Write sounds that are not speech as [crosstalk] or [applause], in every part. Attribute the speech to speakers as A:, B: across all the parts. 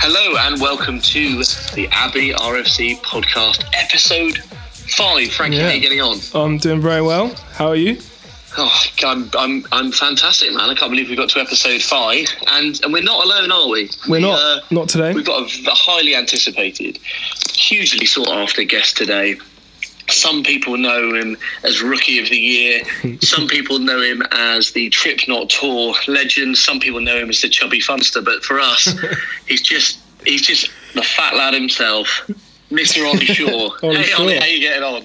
A: Hello and welcome to the Abbey RFC podcast, episode five. Frankie,
B: Yeah.
A: how are you getting on?
B: I'm doing very well. How are you?
A: Oh, I'm, I'm, I'm fantastic, man. I can't believe we got to episode five, and and we're not alone, are we?
B: We're
A: We,
B: not
A: uh,
B: not today.
A: We've got a, a highly anticipated, hugely sought after guest today. Some people know him as Rookie of the
B: [laughs]
A: Year. Some people know him as the Trip Not Tour legend. Some people know him as the Chubby Funster. But for
B: [laughs]
A: us, he's just he's just the fat lad himself, Mr.
B: [laughs]
A: Ollie Shaw.
B: Ollie
A: hey, Ollie,
B: Shaw.
A: how you getting on?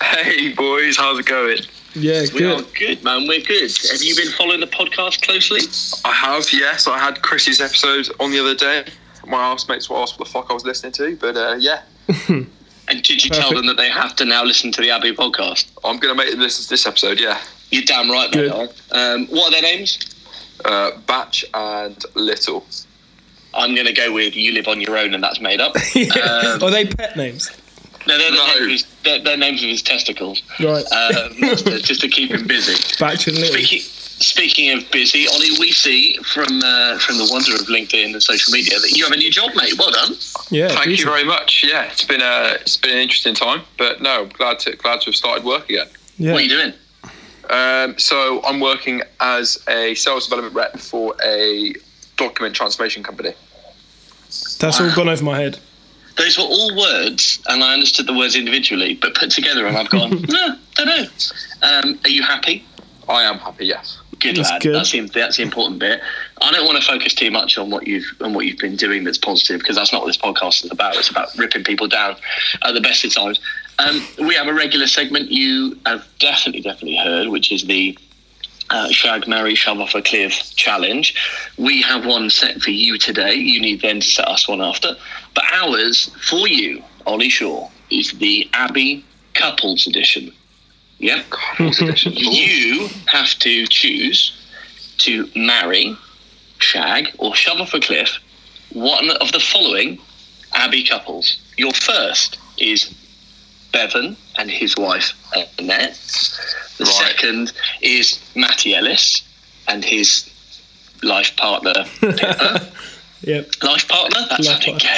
C: Hey boys, how's it going?
B: Yeah,
A: We
B: good.
A: are good, man. We're good. Have you been following the podcast closely?
C: I have, yes. I had Chris's episode on the other day. My housemates were asked what the fuck I was listening to, but uh, yeah,
A: And did you tell
B: Perfect.
A: them that they have to now listen to the Abbey podcast?
C: I'm gonna make them listen to this episode. Yeah,
A: You're damn right they
B: Good.
A: are. Um, what are their names?
C: uh, Batch and Little.
A: I'm going to go with you live on your own, and that's made
B: [laughs]
A: up.
B: Yeah.
A: Um,
B: Are they pet names?
A: no, they're, the
C: No.
A: names of his, they're, they're names of his testicles,
B: Right.
A: um,
B: [laughs]
A: just, to, just to keep him busy.
B: Batch and Little.
A: Speaking, speaking of busy, Ollie, we see from uh, from the wonder of LinkedIn and social media that you have a new job, mate. Well done.
B: Yeah.
C: Thank you
B: decent.
C: very much. Yeah, it's been a it's been an interesting time, but no, I'm glad to glad to have started work again.
A: What are
B: Yeah.
A: you doing?
C: Um, so I'm working as a sales development rep for a document transformation company.
B: That's all gone over my head.
A: Those were all words, and I understood the words individually, but put together, and I've gone,
B: [laughs]
A: no, don't know. Um, are you happy?
C: I am happy. Yes.
A: Good
B: That's
A: lad.
B: good.
A: That's, the, that's the important bit. I don't want to focus too much on what you've on what you've been doing that's positive because that's not what this podcast is about. It's about ripping people down at the best of times. Um, we have a regular segment you have definitely definitely heard, which is the uh, Shag Marry Shove Off a Cliff challenge. We have one set for you today. You need then to set us one after. But ours for you, Ollie Shaw, is the Abbey Couples Edition. Yep you have to choose to marry, shag, or shove off a cliff one of the following Abbey couples. Your first is Bevan and his wife Annette. The
C: Right.
A: second is Matty Ellis and his life partner Pippa.
B: Yep. [laughs]
A: life partner? That's
B: Life
A: life
B: partner.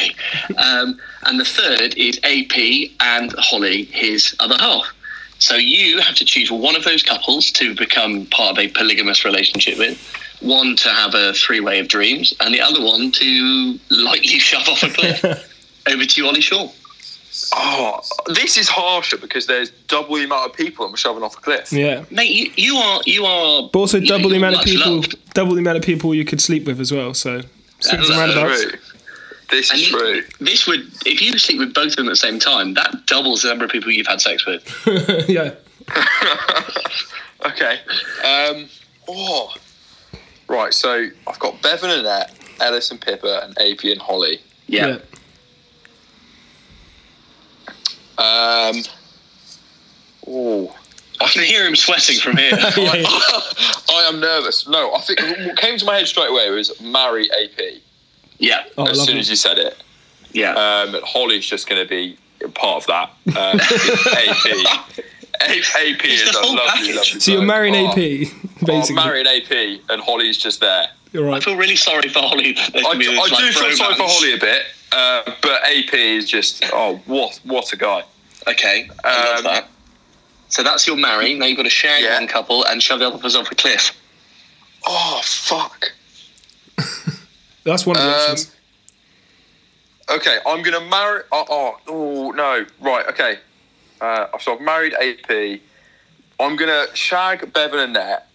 A: okay. Um, and the third is AP and Holly, his other half. So you have to choose one of those couples to become part of a polygamous relationship with, one to have a three way of dreams, and the other one to lightly [laughs] shove off a cliff.
B: [laughs]
A: Over to you, Ollie Shaw.
C: Oh, this is harsher because there's double the amount of people I'm shoving off a cliff.
B: Yeah.
A: Mate, you, you are you are
B: But also
A: you know,
B: double the
A: you're
B: amount of
A: much
B: people
A: loved.
B: double the amount of people you could sleep with as well, so swings and
A: Hello.
B: roundabouts.
C: True. This
A: And
C: is
A: you-
C: true.
A: This would if you sleep with both of them at the same time, that doubles the number of people you've had sex with.
B: [laughs] yeah.
C: Okay. Um, oh. Right, so I've got Bevan and Annette, Ellis and Pippa, and AP and Holly.
A: Yeah. [laughs]
C: Um, oh.
A: I can hear him sweating from
B: [laughs]
A: here.
B: Yeah, yeah.
C: I am nervous. No, I think what came to my head straight away was marry AP
A: yeah.
B: Oh,
C: as soon
B: lovely.
C: as you said it.
A: Yeah.
C: Um, and Holly's just going to be a part of that.
B: [laughs]
C: Um, AP. A- AP
A: It's
C: is
A: the
C: a
A: whole
C: lovely,
A: package.
C: lovely
B: So you're
C: bloke.
B: marrying
C: Oh,
B: AP, [laughs]
C: Oh,
B: basically.
C: marrying AP, and Holly's just there.
B: You're
A: I
B: right.
A: feel really sorry for Holly. that there's
C: I,
A: gonna be this,
C: I
A: like,
C: do feel sorry for
A: bromance.
C: Holly a bit, uh, but AP is just oh what what a guy.
A: Okay, I love
C: Um,
A: that. So that's your marry. Now you've got to shag
C: Yeah.
A: one couple and shove the other person off a cliff.
C: Oh fuck.
B: That's one of the
C: Um,
B: options. [laughs]
C: okay, I'm gonna marry. Oh, oh, oh no, right. Okay, uh, so I've married AP. I'm gonna shag Bevan and Net,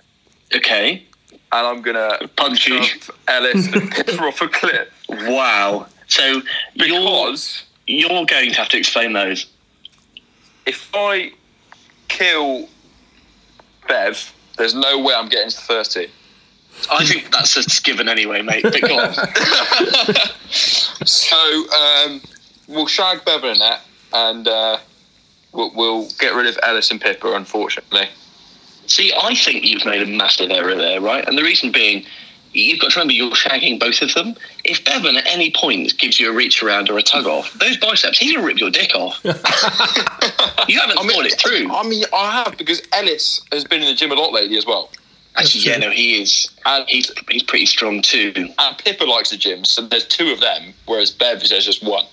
A: Okay.
C: and I'm gonna
A: Punch you.
C: shove Ellis [laughs] and Pippa off a cliff
A: Wow. So you're
C: because
A: you're going to have to explain those.
C: if I kill Bev, there's no way I'm getting to thirty.
A: I think that's a given anyway, mate. But go on.
C: [laughs] So um, we'll shag Bevan and that, and uh, we'll, we'll get rid of Ellis and Pippa, unfortunately.
A: See, I think you've made a massive error there, right? And the reason being, you've got to remember you're shagging both of them. If Bevan at any point gives you a reach around or a tug off, those biceps, he's going to rip your dick
C: [laughs]
A: off. you haven't thought it through.
C: I mean, I have because Ellis has been in the gym a lot lately as well.
A: Actually,
B: That's
A: yeah,
B: true.
A: no, he is.
C: And-
A: He's he's pretty strong too.
C: And Pippa likes the gym, so there's two of them, whereas Bev there's just one.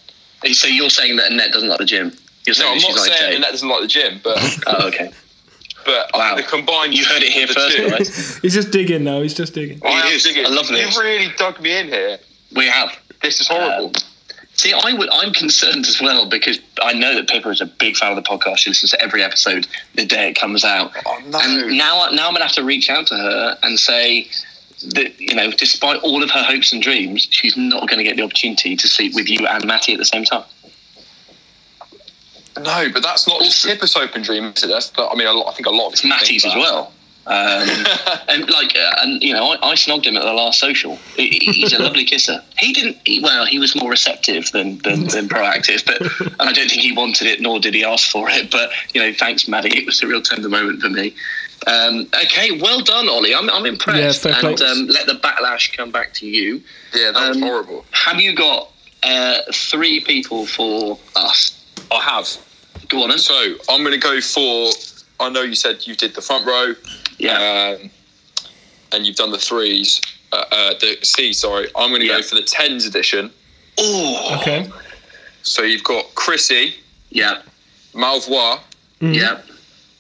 A: So you're saying that Annette doesn't like the gym? You're saying
C: No, I'm
A: that
C: not
A: she's like
C: saying
A: Jay?
C: Annette doesn't like the gym, but
A: [laughs] Oh, okay.
C: but
A: Wow.
C: the combined.
A: You heard it here
C: the
A: first,
C: two-
A: right?
B: He's just digging now. He's just digging.
C: I am
A: It is.
C: digging-
A: I love this.
C: You really dug me in here.
A: We have.
C: This is horrible.
A: Um, See, I would, I'm concerned as well because I know that Pippa is a big fan of the podcast. She listens to every episode the day it comes out.
C: Oh, no.
A: And now, I- now I'm going to have to reach out to her and say that, you know, despite all of her hopes and dreams, she's not going to get the opportunity to sleep with you and Matty at the same time.
C: no, but that's not just Pippa's open dream. Is it? That's the, I mean, a lot, I think a lot of
A: It's
C: people think
A: Matty's as
C: that.
A: well. Um,
C: [laughs]
A: and like, uh, and you know, I, I snogged him at the last social. He- he-
C: [laughs]
A: He's a lovely kisser. He didn't. He, well, he was more receptive than, than than proactive, but and I don't think he wanted it, nor did he ask for it. But you know, thanks, Maddie. It was a real tender moment for me. Um, okay, well done, Ollie. I'm, I'm impressed.
B: Yeah, fair
A: and
B: play.
A: um, let the backlash come back to you.
C: Yeah, that was
A: Um,
C: horrible.
A: Have you got uh, three people for us?
C: I have.
A: Go on, and
C: So I'm going to go for. I know you said you did the front row.
A: yeah,
C: Um, and you've done the threes. Uh, uh, the C, sorry. I'm going to
A: Yeah.
C: go for the tens edition.
A: oh,
B: Okay.
C: So you've got Chrissy,
A: yeah,
C: Malvois,
B: Mm.
A: yeah.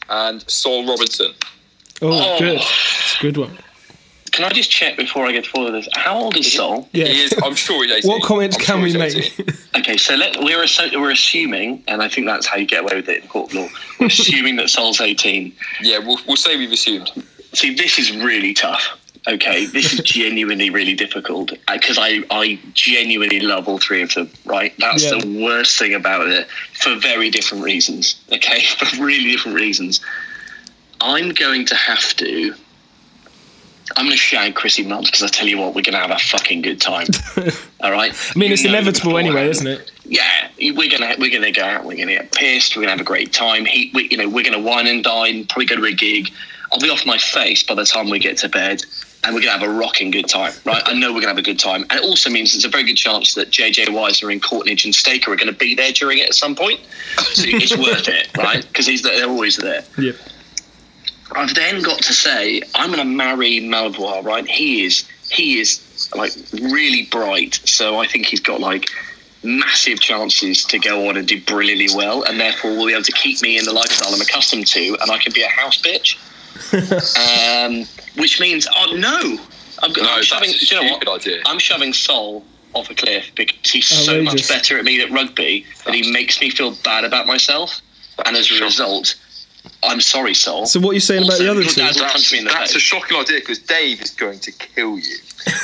C: and Saul Robinson.
B: Oh,
A: Oh.
B: good. It's a good one.
A: Can I just check before I get forward with this? How old is Sol?
B: Yeah.
C: He is, I'm sure
B: [laughs]
C: he's 18.
B: What comments
C: I'm
B: can
C: sure
B: we
C: he's
B: make?
C: 18.
A: Okay, so let, we're assu- we're assuming, and I think that's how you get away with it in court of law. We're assuming that Sol's eighteen.
C: Yeah, we'll, we'll say we've assumed.
A: See, this is really tough. Okay, this
B: [laughs]
A: is genuinely really difficult because I I genuinely love all three of them. Right, that's
B: Yeah.
A: the worst thing about it for very different reasons. Okay, [laughs] for really different reasons. I'm going to have to. I'm going to shout Chrissy Mullins because I tell you what, we're going to have a fucking good
B: [laughs]
A: time. All right.
B: I mean, it's inevitable anyway, isn't it?
A: yeah, we're gonna we're gonna go out. We're gonna get pissed. We're gonna have a great time. He, we, you know, we're gonna wine and dine. Probably go to a gig. I'll be off my face by the time we get to bed, and we're gonna have a rocking good time, right? I know we're gonna have a good time, and it also means there's a very good chance that JJ Weiser and Courtnage and Staker are gonna be there during it at some point. So it's worth it, right? Because he's they're always there.
B: Yeah.
A: I've then got to say, I'm going to marry Malvois, right? He is, he is like really bright. So I think he's got like massive chances to go on and do brilliantly well, and therefore will be able to keep me in the lifestyle I'm accustomed to, and I can be a house bitch. um, which means, oh no, I'm,
C: No,
A: I'm
C: that's
A: shoving.
C: a
A: do you know
C: stupid
A: what?
C: idea.
A: I'm shoving Sol off a cliff because he's so much
B: Outrageous.
A: better at me at rugby that he makes me feel bad about myself, and as a result. I'm sorry, Sol.
B: So what are you saying about the
A: Also,
B: other
A: your
B: two? [laughs]
A: dad's- Punch
C: That's,
A: me in the
C: that's
A: face.
C: a shocking idea because Dave is going to kill you.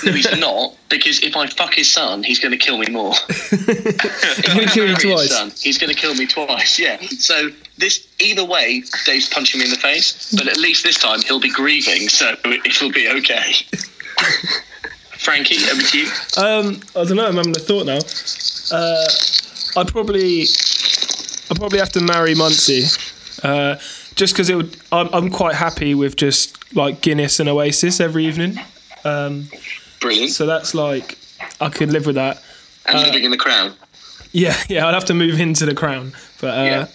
A: No, he's not, because if I fuck his son, he's going to kill me more.
B: I'm gonna kill you
A: Marry his
B: twice.
A: son, he's going to kill me twice. [laughs] Yeah. So this, either way, Dave's punching me in the face, but at least this time he'll be grieving, so it'll be [laughs] okay. Frankie, over to you.
B: Um, I don't know. I'm having a thought now. Uh, I probably, I probably have to marry Muncie, uh, just because it would. I'm, I'm quite happy with just like Guinness and Oasis every evening.
A: Brilliant.
B: So uh, that's like, I could live with that.
A: And living in the crown.
B: Yeah, [laughs] yeah. I'd have to move into the crown, but uh,
A: Yeah.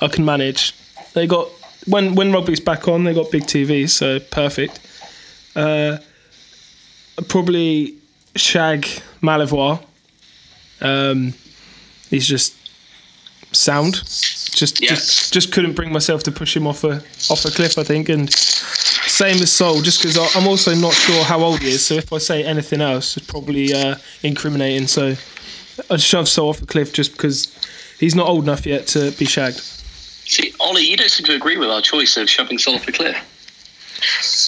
B: I can manage. They got when when rugby's back on, they got big TVs, so perfect. Uh, probably Shag Malavoie. Um, he's just sound. Just,
A: Yeah.
B: just just couldn't bring myself to push him off a off a cliff. I think, and same as Soul, just because I'm also not sure how old he is. So if I say anything else, it's probably uh, incriminating. So I'd shove Soul off a cliff just because he's not old enough yet to be shagged.
A: See, Ollie, you don't seem to agree with our choice of shoving Sol off a cliff.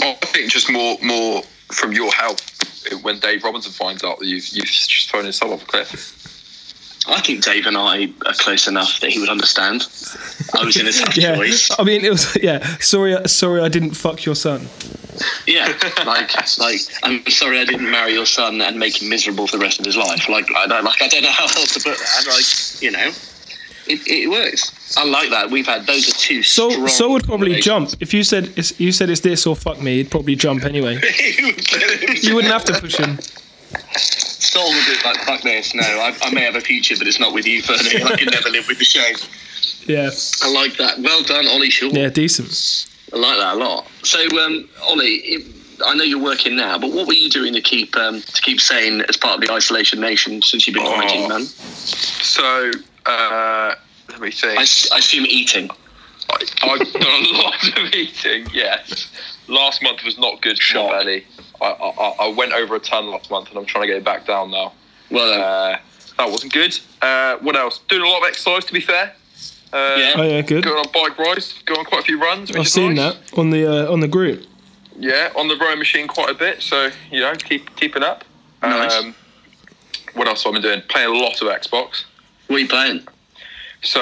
C: I think just more more from your help when Dave Robinson finds out that you've, you've just thrown his soul off a cliff.
A: I think Dave and I are close enough that he would understand. I was
B: [laughs]
A: in a tough
B: Yeah,
A: choice.
B: I mean, it was yeah. Sorry, uh, sorry, I didn't fuck your son.
A: Yeah, like, like I'm sorry I didn't marry your son and make him miserable for the rest of his life. Like, I don't, like I don't know how else to put that. Like, you know, it, it works. I like that. We've had those are two.
B: Soul,
A: strong
B: Soul would probably
A: relations.
B: jump if you said it's, you said it's this or fuck me. He'd probably jump anyway.
A: He would-
B: [laughs] You wouldn't have to push him.
A: Soul would be like, fuck this. No, I, I may have a future, but it's not with you, Fernie. I can never live with the shame.
B: Yeah,
A: I like that. Well done, Ollie Shaw.
B: yeah, decent.
A: I like that a lot. So, um, Ollie, it, I know you're working now, but what were you doing to keep um, to keep sane as part of the isolation nation since you've been
C: Oh.
A: quarantined, man?
C: So uh, let me think.
A: I, s- I assume eating.
C: I, I've done a [laughs] lot of eating. Yes, last month was not good for
A: Shock.
C: my belly. I, I, I- I went over a ton last month, and I'm trying to get it back down now.
A: Well, uh,
C: Uh, that wasn't good. Uh, what else? Doing a lot of exercise, to be fair. Uh,
A: Yeah.
B: Oh yeah, good.
C: Going on bike rides, going on quite a few runs. Which
B: I've
C: is
B: seen
C: nice.
B: that on the uh, on the group.
C: [laughs] Yeah, on the rowing machine quite a bit. So you know, keep keeping up. Um,
A: Nice.
C: what else have I been doing? Playing a lot of Xbox.
A: what are you playing?
C: So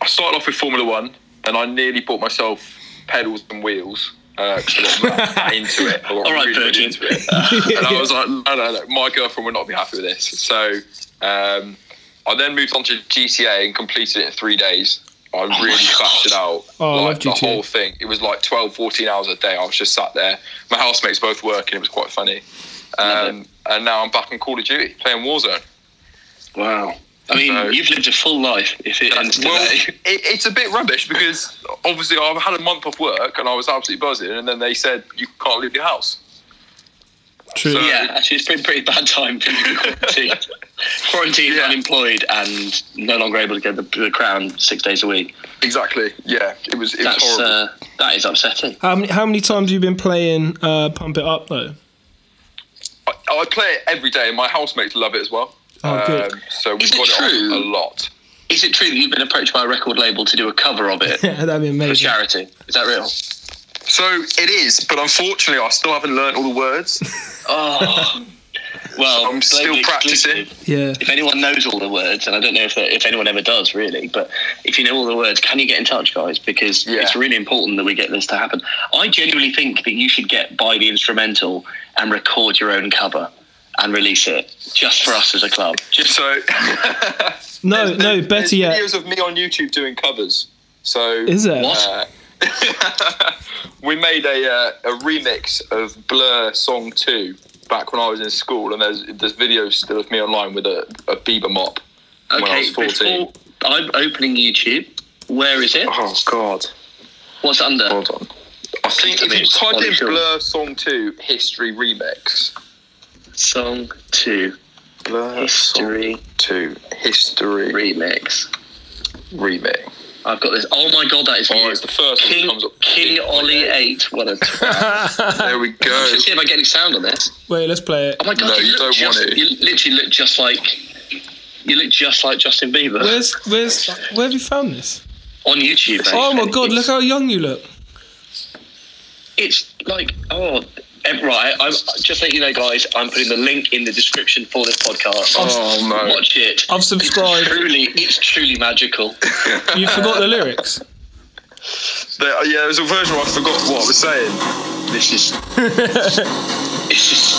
C: I started off with Formula One, and I nearly bought myself pedals and wheels. Uh, 'cause I
A: [laughs]
C: got into it. I got
A: All right,
C: really, really
A: Virgin.
C: into it. and I was like, no, no, no, my girlfriend would not be happy with this. So um, I then moved on to GTA and completed it in three days. I
A: Oh
C: really bashed it out.
B: Oh, I
C: like
B: love
C: the
B: GTA.
C: whole thing. It was like 12, 14 hours a day. I was just sat there. My housemates both working. It was quite funny.
A: Love
C: Um, and now I'm back on Call of Duty playing Warzone.
A: [laughs] Wow. I mean,
C: So-
A: you've lived a full life. If it ends
C: Well,
A: today,
C: [laughs] it, it's a bit rubbish because obviously I've had a month off work and I was absolutely buzzing, and then they said you can't leave your house.
B: True.
C: So-
A: yeah, actually, it's been a pretty bad time for you.
C: [laughs]
A: Quarantine, quarantine
C: Yeah.
A: unemployed, and no longer able to get the, the crown six days a week.
C: Exactly. Yeah, it was. It was
A: That's
C: horrible.
A: uh, that is upsetting.
B: How many how many times have you been playing uh, Pump It Up though? [laughs]
C: I, I play it every day, and my housemates love it as well. Um,
B: Oh, good.
C: so we've
A: Is it
C: got it, on
A: true?
C: a lot.
A: Is it true that you've been approached by a record label to do a cover of it
B: Yeah, that'd be
A: for
B: amazing.
A: charity? Is that
C: [laughs]
A: real?
C: So it is, but unfortunately, I still haven't learned all the [laughs] words.
A: Oh. Well,
C: I'm still
A: globally
C: practicing.
A: exclusive.
B: Yeah.
A: If anyone knows all the words, and I don't know if if anyone ever does really, but if you know all the words, can you get in touch, guys? Because
C: Yeah.
A: it's really important that we get this to happen. I genuinely think that you should get buy the instrumental and record your own cover and release it just for us as a club. Just
C: So
B: No, no,
C: [laughs] There's- there's
B: better yet.
C: videos of me on YouTube doing covers. So
B: Is there?
A: What?
C: Uh, we made a uh, a remix of Blur song two back when I was in school, and there's there's videos still of me online with a, a Bieber mop when I
A: okay.
C: was fourteen.
A: Before I'm opening YouTube. Where is it?
C: Oh God!
A: What's under?
C: Hold on. I think if you
A: It's
C: type
A: on
C: in
A: sure.
C: Blur song two history remix,
A: Song two
C: Blur
A: history
C: two history
A: remix.
C: remix.
A: I've got this. Oh my god, that is
C: Oh,
A: you.
C: it's the first one that
A: King,
C: comes up.
A: King Ollie eight. What a
C: [laughs]
A: twat.
C: There we go.
A: Let's see if I get any sound on this.
B: [laughs] Wait, let's play it.
A: Oh my god,
C: No,
A: you,
C: you
A: look
C: don't want
A: just,
C: it.
A: You literally look just like. You look just like Justin Bieber
B: Where's where's where have you found this?
A: on YouTube. mate.
B: Oh my
A: And
B: god, look
A: it's-
B: how young you look.
A: It's like oh. eh, Right, I'm just let you know, guys. I'm putting the link in the description for this podcast.
C: Oh no!
A: Watch it.
B: I've subscribed.
A: Truly, it's truly magical.
B: [laughs]
C: [laughs]
B: You forgot the lyrics.
C: There, yeah, there's a version where I forgot what I was saying.
A: This
B: [laughs]
A: is. this is.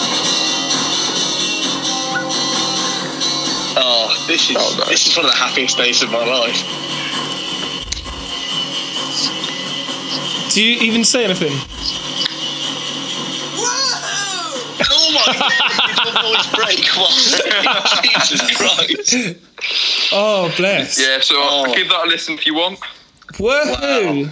A: Oh, this is
C: Oh, no.
A: this is one of the happiest days of my life.
B: Do you even say anything?
A: Oh my god! your voice break was [laughs] Jesus Christ.
B: Oh bless.
C: Yeah, so I'll
A: Oh.
C: give that a listen if you want.
B: Whoa.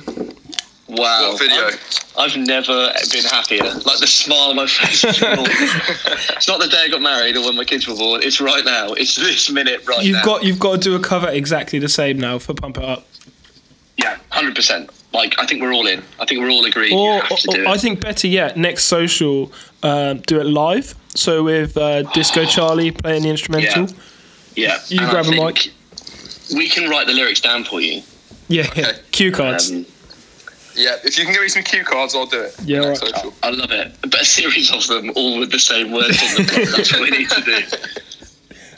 A: Wow.
C: What video?
A: I've, I've never been happier. Like the smile on my face. [laughs] is real. it's not the day I got married or when my kids were born. It's right now. It's this minute right
B: You've
A: now.
B: got you've got to do a cover exactly the same now for Pump It Up.
A: yeah, hundred percent. Like I think we're all in. I think we're all agreed. you
B: Or,
A: have to
B: or-
A: do it.
B: I think better yet, next social, um, do it live. So with uh,
A: [sighs]
B: Disco Charlie playing the instrumental.
A: yeah.
B: You
A: and I
B: grab a
A: think
B: mic.
A: We can write the lyrics down for you.
B: Yeah, yeah.
C: Okay.
B: Cue cards.
A: Um,
C: Yeah, if you can give me some cue cards, I'll do it.
B: Yeah,
C: Next
B: alright.
C: social.
A: I love it. But a series of them, all with the same words
B: [laughs]
A: on them. That's what we need to do.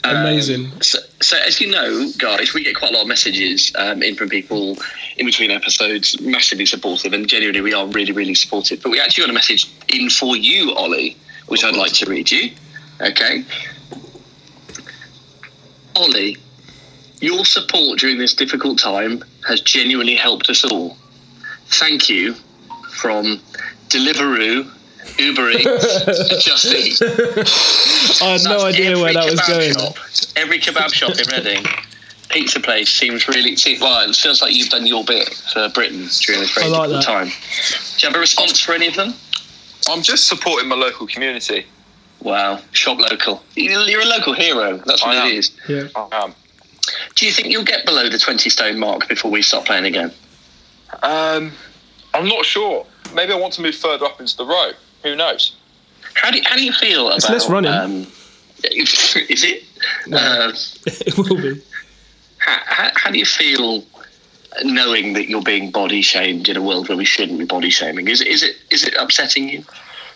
A: um,
B: Amazing.
A: So, so as you know, guys, we get quite a lot of messages um, in from people in between episodes, massively supportive, and genuinely we are really, really supportive. But we actually got a message in for you, Ollie, which I'd like to read you. Okay, Ollie, your support during this difficult time has genuinely helped us all. Thank you from Deliveroo, Uber Eats, and Just Eat.
B: I had no
A: That's
B: idea where
A: every
B: that was
A: kebab
B: going.
A: shop- every kebab shop in Reading, pizza place seems really. se- Well, it feels like you've done your bit for Britain during this very
B: I like
A: difficult
B: that.
A: time. Do you have a response for any of them?
C: I'm just supporting my local community.
A: Wow, shop local. You- You're a local hero. That's what
C: I
A: it
C: am.
A: is.
B: Yeah.
C: I am.
A: Do you think you'll get below the 20 stone mark before we start playing again?
C: Um, I'm not sure. Maybe I want to move further up into the row. Who knows?
A: How do you, how do you feel about?
B: It's less running.
A: Um, [laughs] is it? Uh,
B: [laughs] it will be.
A: how, how, how do you feel knowing that you're being body shamed in a world where we shouldn't be body shaming? Is it is it is it upsetting you?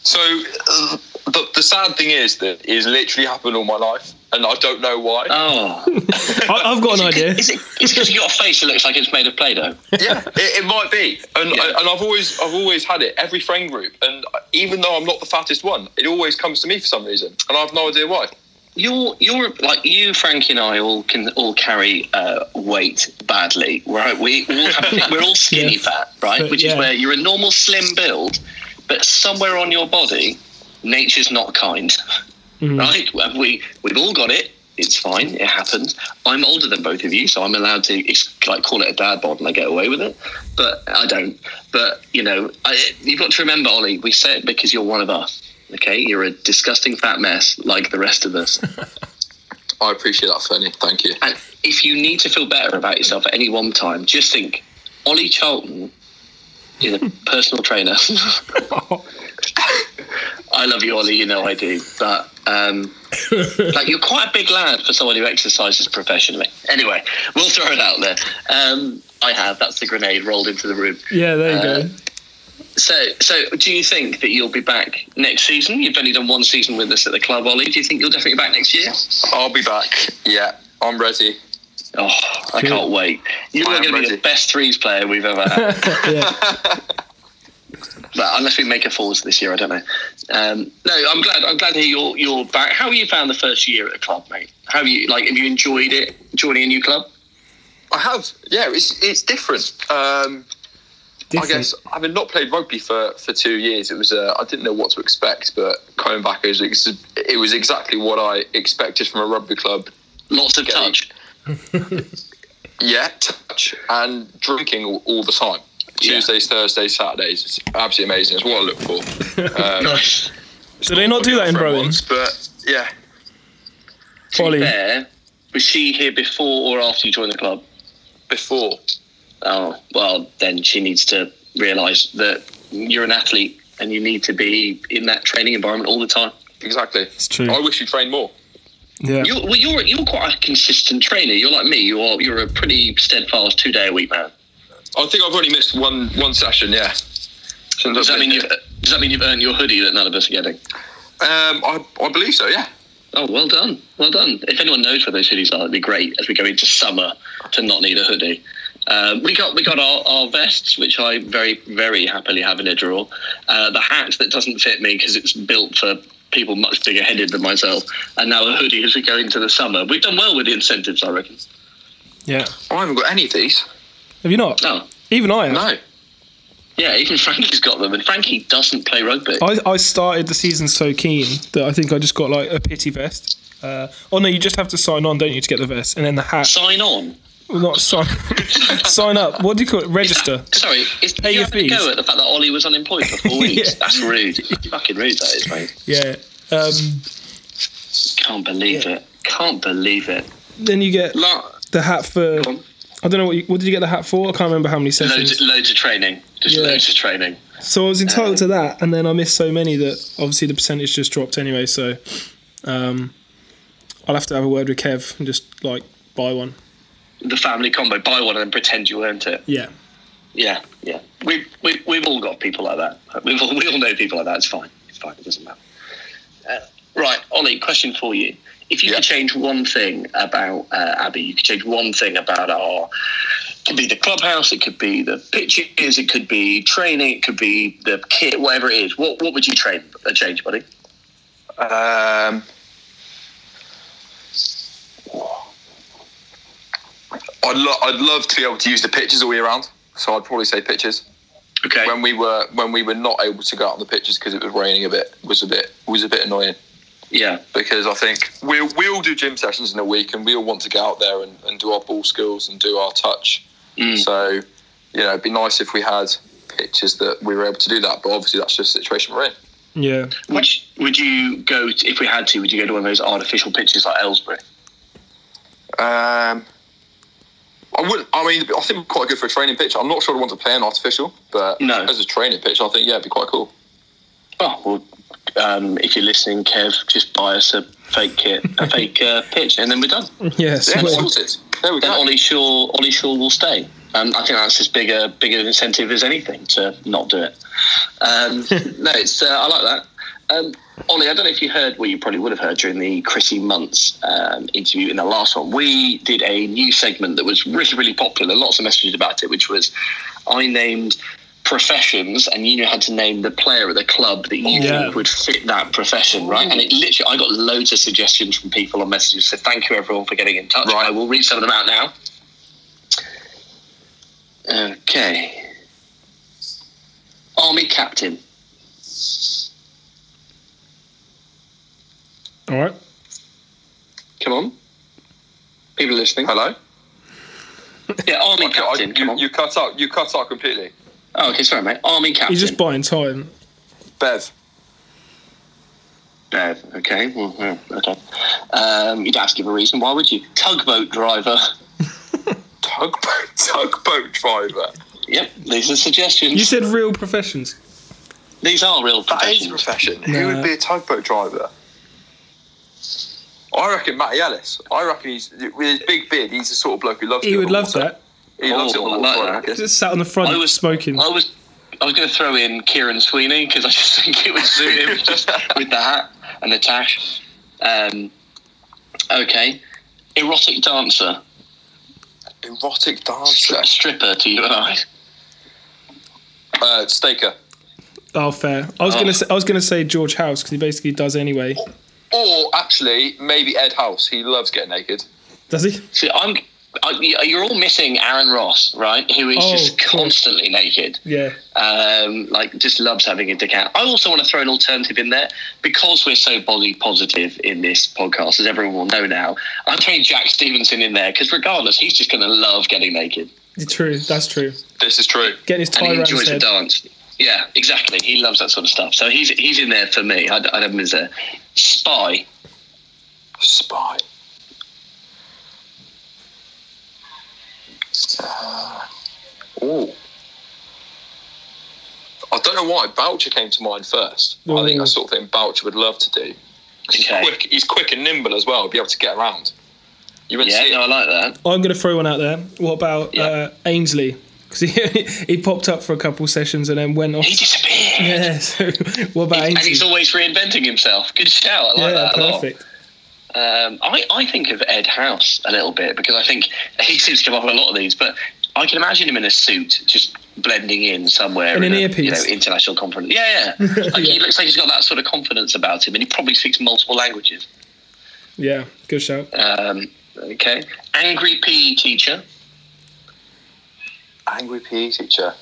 C: So uh, the, the sad thing is that it's literally happened all my life, and I don't know why.
A: Oh,
B: I, I've got an idea.
A: [laughs] Is it is because you got a face that looks like it's made of play-doh?
C: yeah, it, it might be, and
A: Yeah.
C: and I've always I've always had it. Every friend group, and even though I'm not the fattest one, it always comes to me for some reason, and I have no idea why.
A: You're you're like you, Frankie, and I all can all carry uh, weight badly, right? We all have, we're all
B: [laughs]
A: skinny
B: Yeah.
A: fat, right?
B: But,
A: Which
B: yeah.
A: is where you're a normal slim build, but somewhere on your body, nature's not kind,
B: Mm.
A: right? Well, We we've all got it. It's fine. It happens. I'm older than both of you, so I'm allowed to ex- like call it a dad bod, and I get away with it. But I don't. But you know, I, you've got to remember, Ollie. We say it because you're one of us. Okay, you're a disgusting fat mess like the rest of us.
C: I appreciate that, Fernie. Thank you.
A: And if you need to feel better about yourself at any one time, just think Ollie Charlton is a personal trainer. [laughs] I love you, Ollie. You know I do. But um, like you're quite a big lad for someone who exercises professionally. Anyway, we'll throw it out there. Um, I have. That's the grenade rolled into the room.
B: Yeah, there you go.
A: Uh,
B: [laughs]
A: So, so do you think that you'll be back next season? You've only done one season with us at the club, Ollie. Do you think you'll definitely be back next year?
C: I'll be back. Yeah, I'm ready.
A: Oh, I
B: Good.
A: can't wait. You
C: I
A: are
C: am
A: going to be
C: ready.
A: the best threes player we've ever
C: [laughs]
A: had. [laughs]
B: Yeah.
A: but unless we make a fours this year, I don't know. Um, no, I'm glad. I'm glad to hear you're you're back. How have you found the first year at the club, mate? How have you like? Have you enjoyed it? Joining a new club?
C: I have. Yeah, it's it's different. Um, I
B: Different.
C: guess having not played rugby for, for two years, it was uh, I didn't know what to expect, but coming back it was, ex- it was exactly what I expected from a rugby club.
A: Lots of
C: Yeah.
A: touch.
C: Yeah, touch and drinking all, all the time.
A: Yeah.
C: Tuesdays, Thursdays, Saturdays. It's absolutely amazing. It's what I look for. Um,
A: Nice.
B: Do they not do that in
C: for
B: Rowan?
C: once, But yeah,
A: To
B: Ollie.
A: be fair, was she here before or after you joined the club?
C: before.
A: Oh well, then she needs to realise that you're an athlete and you need to be in that training environment all the time.
C: Exactly. It's
B: true.
C: I
A: Oh,
C: wish you trained more.
B: Yeah.
A: You're, well, you're you're quite a consistent trainer. You're like me. You're you're a pretty steadfast two day a week man.
C: I think I've only missed one one session, yeah. Since
A: Does
C: I've
A: that
C: been
A: mean you've uh,
C: here.
A: does that mean you've earned your hoodie that none of us are getting?
C: Um, I, I believe so, yeah.
A: Oh, well done, well done. If anyone knows where those hoodies are, it'd be great as we go into summer to not need a hoodie. Um, we got we got our, our vests, which I very very happily have in a drawer. Uh, the hat that doesn't fit me because it's built for people much bigger headed than myself, and now a hoodie as we go into the summer. We've done well with the incentives, I reckon.
B: Yeah.
C: I haven't got any of these.
B: Have you not?
A: Oh,
B: Even I have.
C: No.
A: yeah, even Frankie's got them, and Frankie doesn't play rugby.
B: I, I started the season so keen that I think I just got like a pity vest. Uh, oh no, you just have to sign on, don't you, to get the vest, and then the hat.
A: Sign on.
B: Well, not sign, [laughs] sign up. What do you call it? Register.
A: Sorry, is
B: Pay
A: you
B: your
A: having a
B: fees.
A: go at the fact that Ollie was unemployed for four weeks?
B: [laughs] Yeah.
A: That's rude. Fucking rude that is, mate.
B: Yeah. Um,
A: Can't believe it. Can't believe it.
B: then you get
A: Lo-
B: the hat for.
A: on.
B: I don't know what. You, what did you get the hat for? I can't remember how many sessions.
A: loads, loads of training. Just
B: Yeah.
A: loads of training.
B: So I was entitled to that, and then I missed so many that obviously the percentage just dropped anyway. So um, I'll have to have a word with Kev and just like buy one.
A: The family combo. Buy one and then pretend you earned it.
B: Yeah.
A: Yeah, yeah. We've we, we've all got people like that. We've all, we all know people like that. It's fine. It's fine. It doesn't matter. Uh, right, Ollie. Question for you: If you
C: Yeah.
A: could change one thing about uh, Abby, you could change one thing about our. It could be the clubhouse. It could be the pitches. It could be training. It could be the kit. Whatever it is, what what would you train uh, change, buddy?
C: Um, I'd, lo- I'd love to be able to use the pitches all year round, so I'd probably say pitches.
A: Okay.
C: When we were when we were not able to go out on the pitches because it was raining a bit was a bit was a bit annoying.
A: Yeah.
C: because I think we we all do gym sessions in a week, and we all want to get out there and, and do our ball skills and do our touch. So, you know, it'd be nice if we had pitches that we were able to do that. But obviously, that's just the situation we're in.
B: Yeah. [laughs]
A: Would would you go to, if we had to? Would you go to one of those artificial pitches like Ellsbury?
C: Um, I wouldn't. I mean, I think it'd be quite good for a training pitch. I'm not sure I want to play an artificial, but
A: No.
C: as a training pitch, I think yeah, it'd be quite cool.
A: Oh well, um, if you're listening, Kev, just buy us a fake kit, a fake uh, pitch, and then we're done.
B: Yeah.
C: Yeah,
B: sweet.
C: sorted. There we
A: Then
C: go.
A: Ollie Shaw, Ollie Shaw will stay. Um, I think that's as big a big an incentive as anything to not do it. Um, no, it's uh, I like that. Um, Ollie, I don't know if you heard, well, you probably would have heard during the Chrissy Muntz um, interview in the last one. We did a new segment that was really, really popular. Lots of messages about it, which was I named professions, and you knew how to name the player at the club that you
B: Yeah.
A: think would fit that profession, right? And it literally, I got loads of suggestions from people on messages. So thank you, everyone, for getting in touch.
C: Right.
A: I will read some of them out now. Okay. Army captain.
B: All right.
A: Come on. People listening.
C: Hello.
A: Yeah, army
C: Okay, I,
A: captain. come
C: you,
A: on.
C: you cut out. You cut out completely.
A: oh, okay, sorry, mate. Army captain.
B: He's just buying time.
C: Bev.
A: No, okay. Well, yeah, okay. Um, you'd have to give a reason. Why would you? Tugboat driver. [laughs]
C: Tugboat, [laughs] tugboat driver.
A: Yep, these are suggestions.
B: You said real professions.
A: these are real
C: That is
A: professions.
C: a profession.
B: No.
C: Who would be a tugboat driver? I reckon Matty Ellis. I reckon he's with his big beard. He's the sort of bloke who loves.
B: He
C: it
B: would
C: all
B: love
C: the time.
B: that.
C: He loves it
A: Oh,
C: all. the
A: I like
C: time, I
A: that.
C: guess.
B: Just sat on the front
A: I was-
B: smoking. [laughs]
A: I was I was going to throw in Kieran Sweeney because I just [laughs] think it would suit him just with the hat and the tash. Um, okay, erotic dancer,
C: Erotic dancer.
A: Stri- stripper to you and I.
C: Uh, staker.
B: oh, fair. I was gonna. Say, I was gonna say George House because he basically does anyway.
C: Or actually, maybe Ed House. He loves getting naked.
B: Does he?
A: See, I'm. I, you're all missing Aaron Ross, right? Who is
B: Oh,
A: just
B: of course.
A: constantly naked.
B: Yeah.
A: um, like just loves having a dick out. I also want to throw an alternative in there because we're so body positive in this podcast, as everyone will know now. I'm throwing Jack Stevenson in there because regardless, he's just going to love getting naked
B: It's true. That's true.
C: This is true.
B: Getting his
A: and
B: tie
A: he
B: around
A: enjoys
B: his
A: the
B: head.
A: dance. Yeah, exactly. He loves that sort of stuff. So he's he's in there for me. I'd, I'd have him as a spy.
C: Spy. Uh, ooh. I don't know why Boucher came to mind first. I think
B: Ooh.
C: that's sort of thing Boucher would love to do. 'Cause He's
A: Okay.
C: quick. He's quick and nimble as well. Be able to get around. You wouldn't
A: Yeah,
C: see
A: no, I
C: it.
A: like that.
B: I'm gonna throw one out there. What about
A: Yeah.
B: uh, Ainsley? Because he [laughs] he popped up for a couple sessions and then went off.
A: He disappeared.
B: [laughs] Yeah. So what about
A: And he's
B: Ainsley?
A: always reinventing himself. Good shout. I like
B: yeah.
A: that a lot.
B: Perfect.
A: Um, I, I think of Ed House a little bit because I think he seems to come up with a lot of these, but I can imagine him in a suit just blending in somewhere
B: And
A: in
B: an
A: a,
B: earpiece.
A: You know, international conference. Yeah,
B: [laughs]
A: yeah. Like He looks like he's got that sort of confidence about him, and he probably speaks multiple languages.
B: Yeah. Good shout.
A: Um, okay, angry PE teacher.
C: Angry PE teacher.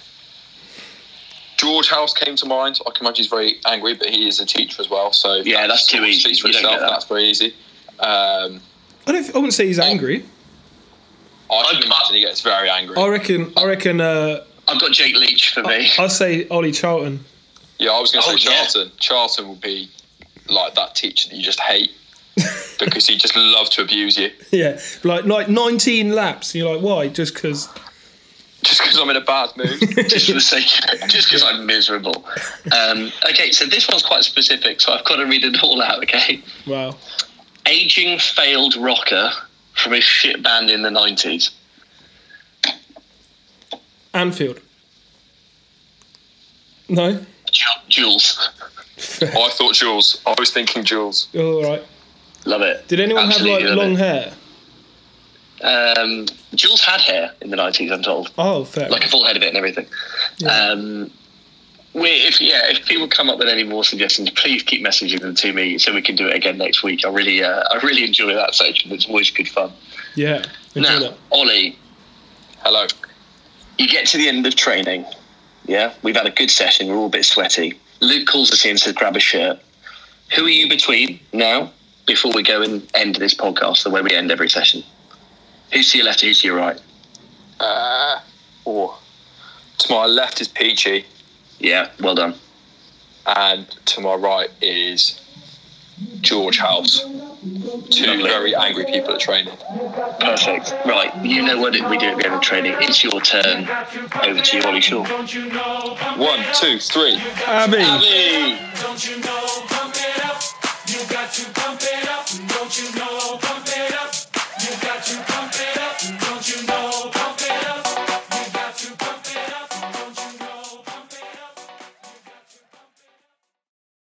C: George House came to mind. I can imagine he's very angry, but he is a teacher as well. So
A: Yeah, that's too easy.
C: speaks for
A: You don't
C: itself.
A: get that.
C: That's very easy. Um,
B: I don't. I wouldn't say
A: Oh.
B: he's angry.
C: I can imagine he gets very angry.
B: I reckon. I reckon. Uh,
A: I've got Jake Leach for me.
B: I'll say Ollie Charlton. [laughs]
C: Yeah, I was going to
A: Oh,
C: say
A: yeah.
C: Charlton. Charlton would be like that teacher that you just hate because he just loved to abuse you.
B: [laughs] Yeah, like like 19 laps. And you're like, why? Just because?
C: Just because I'm in a
B: [laughs]
C: bad
A: [laughs]
C: mood.
A: just for the sake of it, just because I'm miserable. Um, okay, so this one's quite specific, so I've got to read it all out, okay?
B: Wow.
A: aging failed rocker from a shit band in the 90s.
B: Anfield. No.
A: Ju- Jules.
C: I thought Jules. I was thinking Jules.
B: Oh, all right.
A: Love it.
B: Did anyone have like long hair?
A: hair? Um, Jules had hair in the 90s, I'm told.
B: Oh, fair.
A: Like a full head of it and everything. Um, we, if yeah, if people come up with any more suggestions, please keep messaging them to me so we can do it again next week. I really, uh, I really enjoy that section. It's always good fun.
B: yeah. Enjoy
A: Now,
B: that.
A: Ollie,
C: Hello.
A: you get to the end of training. Yeah, we've had a good session. We're all a bit sweaty. Luke calls us in, says, grab a shirt. Who are you between now before we go and end this podcast the way we end every session? Who's to your left? Who's to your right?
C: Uh, oh. To my left is Peachy,
A: Yeah, well done.
C: and to my right is George House. Two
A: Lovely.
C: very angry people at training.
A: Perfect. Right, you know what we do at the end of training. It's your turn.
D: Over to you, Ollie Shaw.
C: One, two, three.
B: Abby.
C: Uh, Abby!
D: Don't you know, pump it up. You got to pump it up. Don't you know, pump it up. You got to pump it up.